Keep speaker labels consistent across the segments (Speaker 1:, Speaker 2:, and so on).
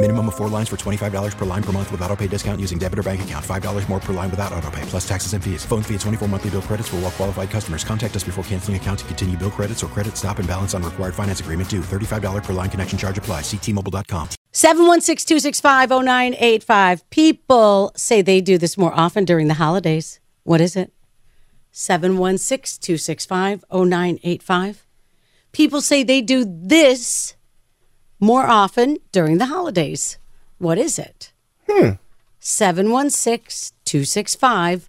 Speaker 1: Minimum of four lines for $25 per line per month with auto pay discount using debit or bank account. $5 more per line without auto pay, plus taxes and fees. Phone fee at 24 monthly bill credits for all well qualified customers. Contact us before canceling account to continue bill credits or credit stop and balance on required finance agreement due. $35 per line connection charge apply. Ctmobile.com.
Speaker 2: 716-265-0985. People say they do this more often during the holidays. What is it? 716-265-0985. People say they do this more often during the holidays. What is it?
Speaker 3: Hmm.
Speaker 2: 716 265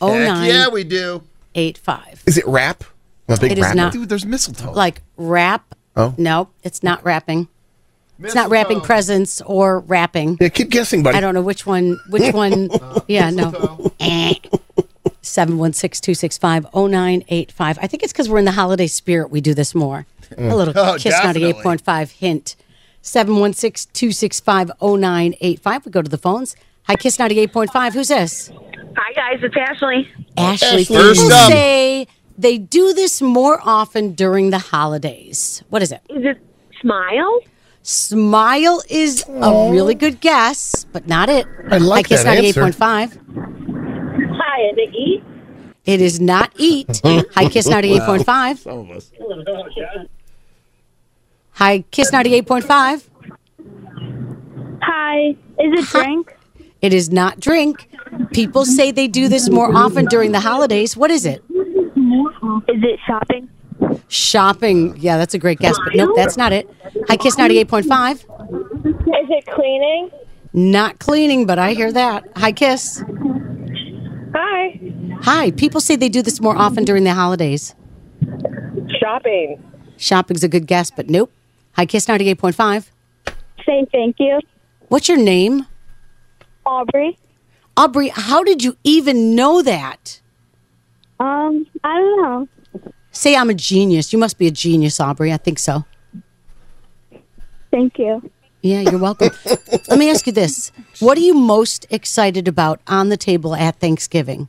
Speaker 2: oh
Speaker 3: Yeah, we do.
Speaker 2: 85.
Speaker 3: Is it rap? I'm a big
Speaker 2: It is
Speaker 3: rapper.
Speaker 2: not.
Speaker 3: Dude, there's mistletoe.
Speaker 2: Like wrap.
Speaker 3: Oh.
Speaker 2: No, it's not wrapping. It's not wrapping presents or wrapping.
Speaker 3: yeah, keep guessing, buddy.
Speaker 2: I don't know which one, which one. yeah, no. 716 265 0985. I think it's because we're in the holiday spirit, we do this more. A little
Speaker 3: Oh,
Speaker 2: Kiss
Speaker 3: definitely.
Speaker 2: 98.5 hint. 716 265 0985. We go to the phones. Hi, Kiss 98.5. Who's this?
Speaker 4: Hi guys, it's Ashley.
Speaker 2: Ashley.
Speaker 3: Ashley. First
Speaker 2: People
Speaker 3: up.
Speaker 2: say they do this more often during the holidays. What is it?
Speaker 4: Is it Smile?
Speaker 2: Smile is a really good guess, but not it.
Speaker 3: I like
Speaker 2: Kiss
Speaker 3: that answer.
Speaker 2: 98.5.
Speaker 4: Hi, is it E?
Speaker 2: It is not eat. Hi, Kiss 98.5.
Speaker 3: Some of us.
Speaker 2: Hi, Kiss 98.5.
Speaker 4: Hi, is it Drink?
Speaker 2: It is not drink. People say they do this more often during the holidays. What is it?
Speaker 4: Is it Shopping?
Speaker 2: Shopping. Yeah, that's a great guess, but nope, that's not it. Hi, Kiss 98.5.
Speaker 4: Is it Cleaning?
Speaker 2: Not cleaning, but I hear that. Hi, Kiss.
Speaker 4: Hi.
Speaker 2: Hi, people say they do this more often during the holidays.
Speaker 5: Shopping.
Speaker 2: Shopping's a good guess, but nope. Hi, Kiss 98.5.
Speaker 4: Say thank you.
Speaker 2: What's your name?
Speaker 4: Aubrey.
Speaker 2: Aubrey, how did you even know that?
Speaker 4: Um, I don't know.
Speaker 2: Say I'm a genius. You must be a genius, Aubrey. I think so.
Speaker 4: Thank you.
Speaker 2: Yeah, you're welcome. Let me ask you this. What are you most excited about on the table at Thanksgiving?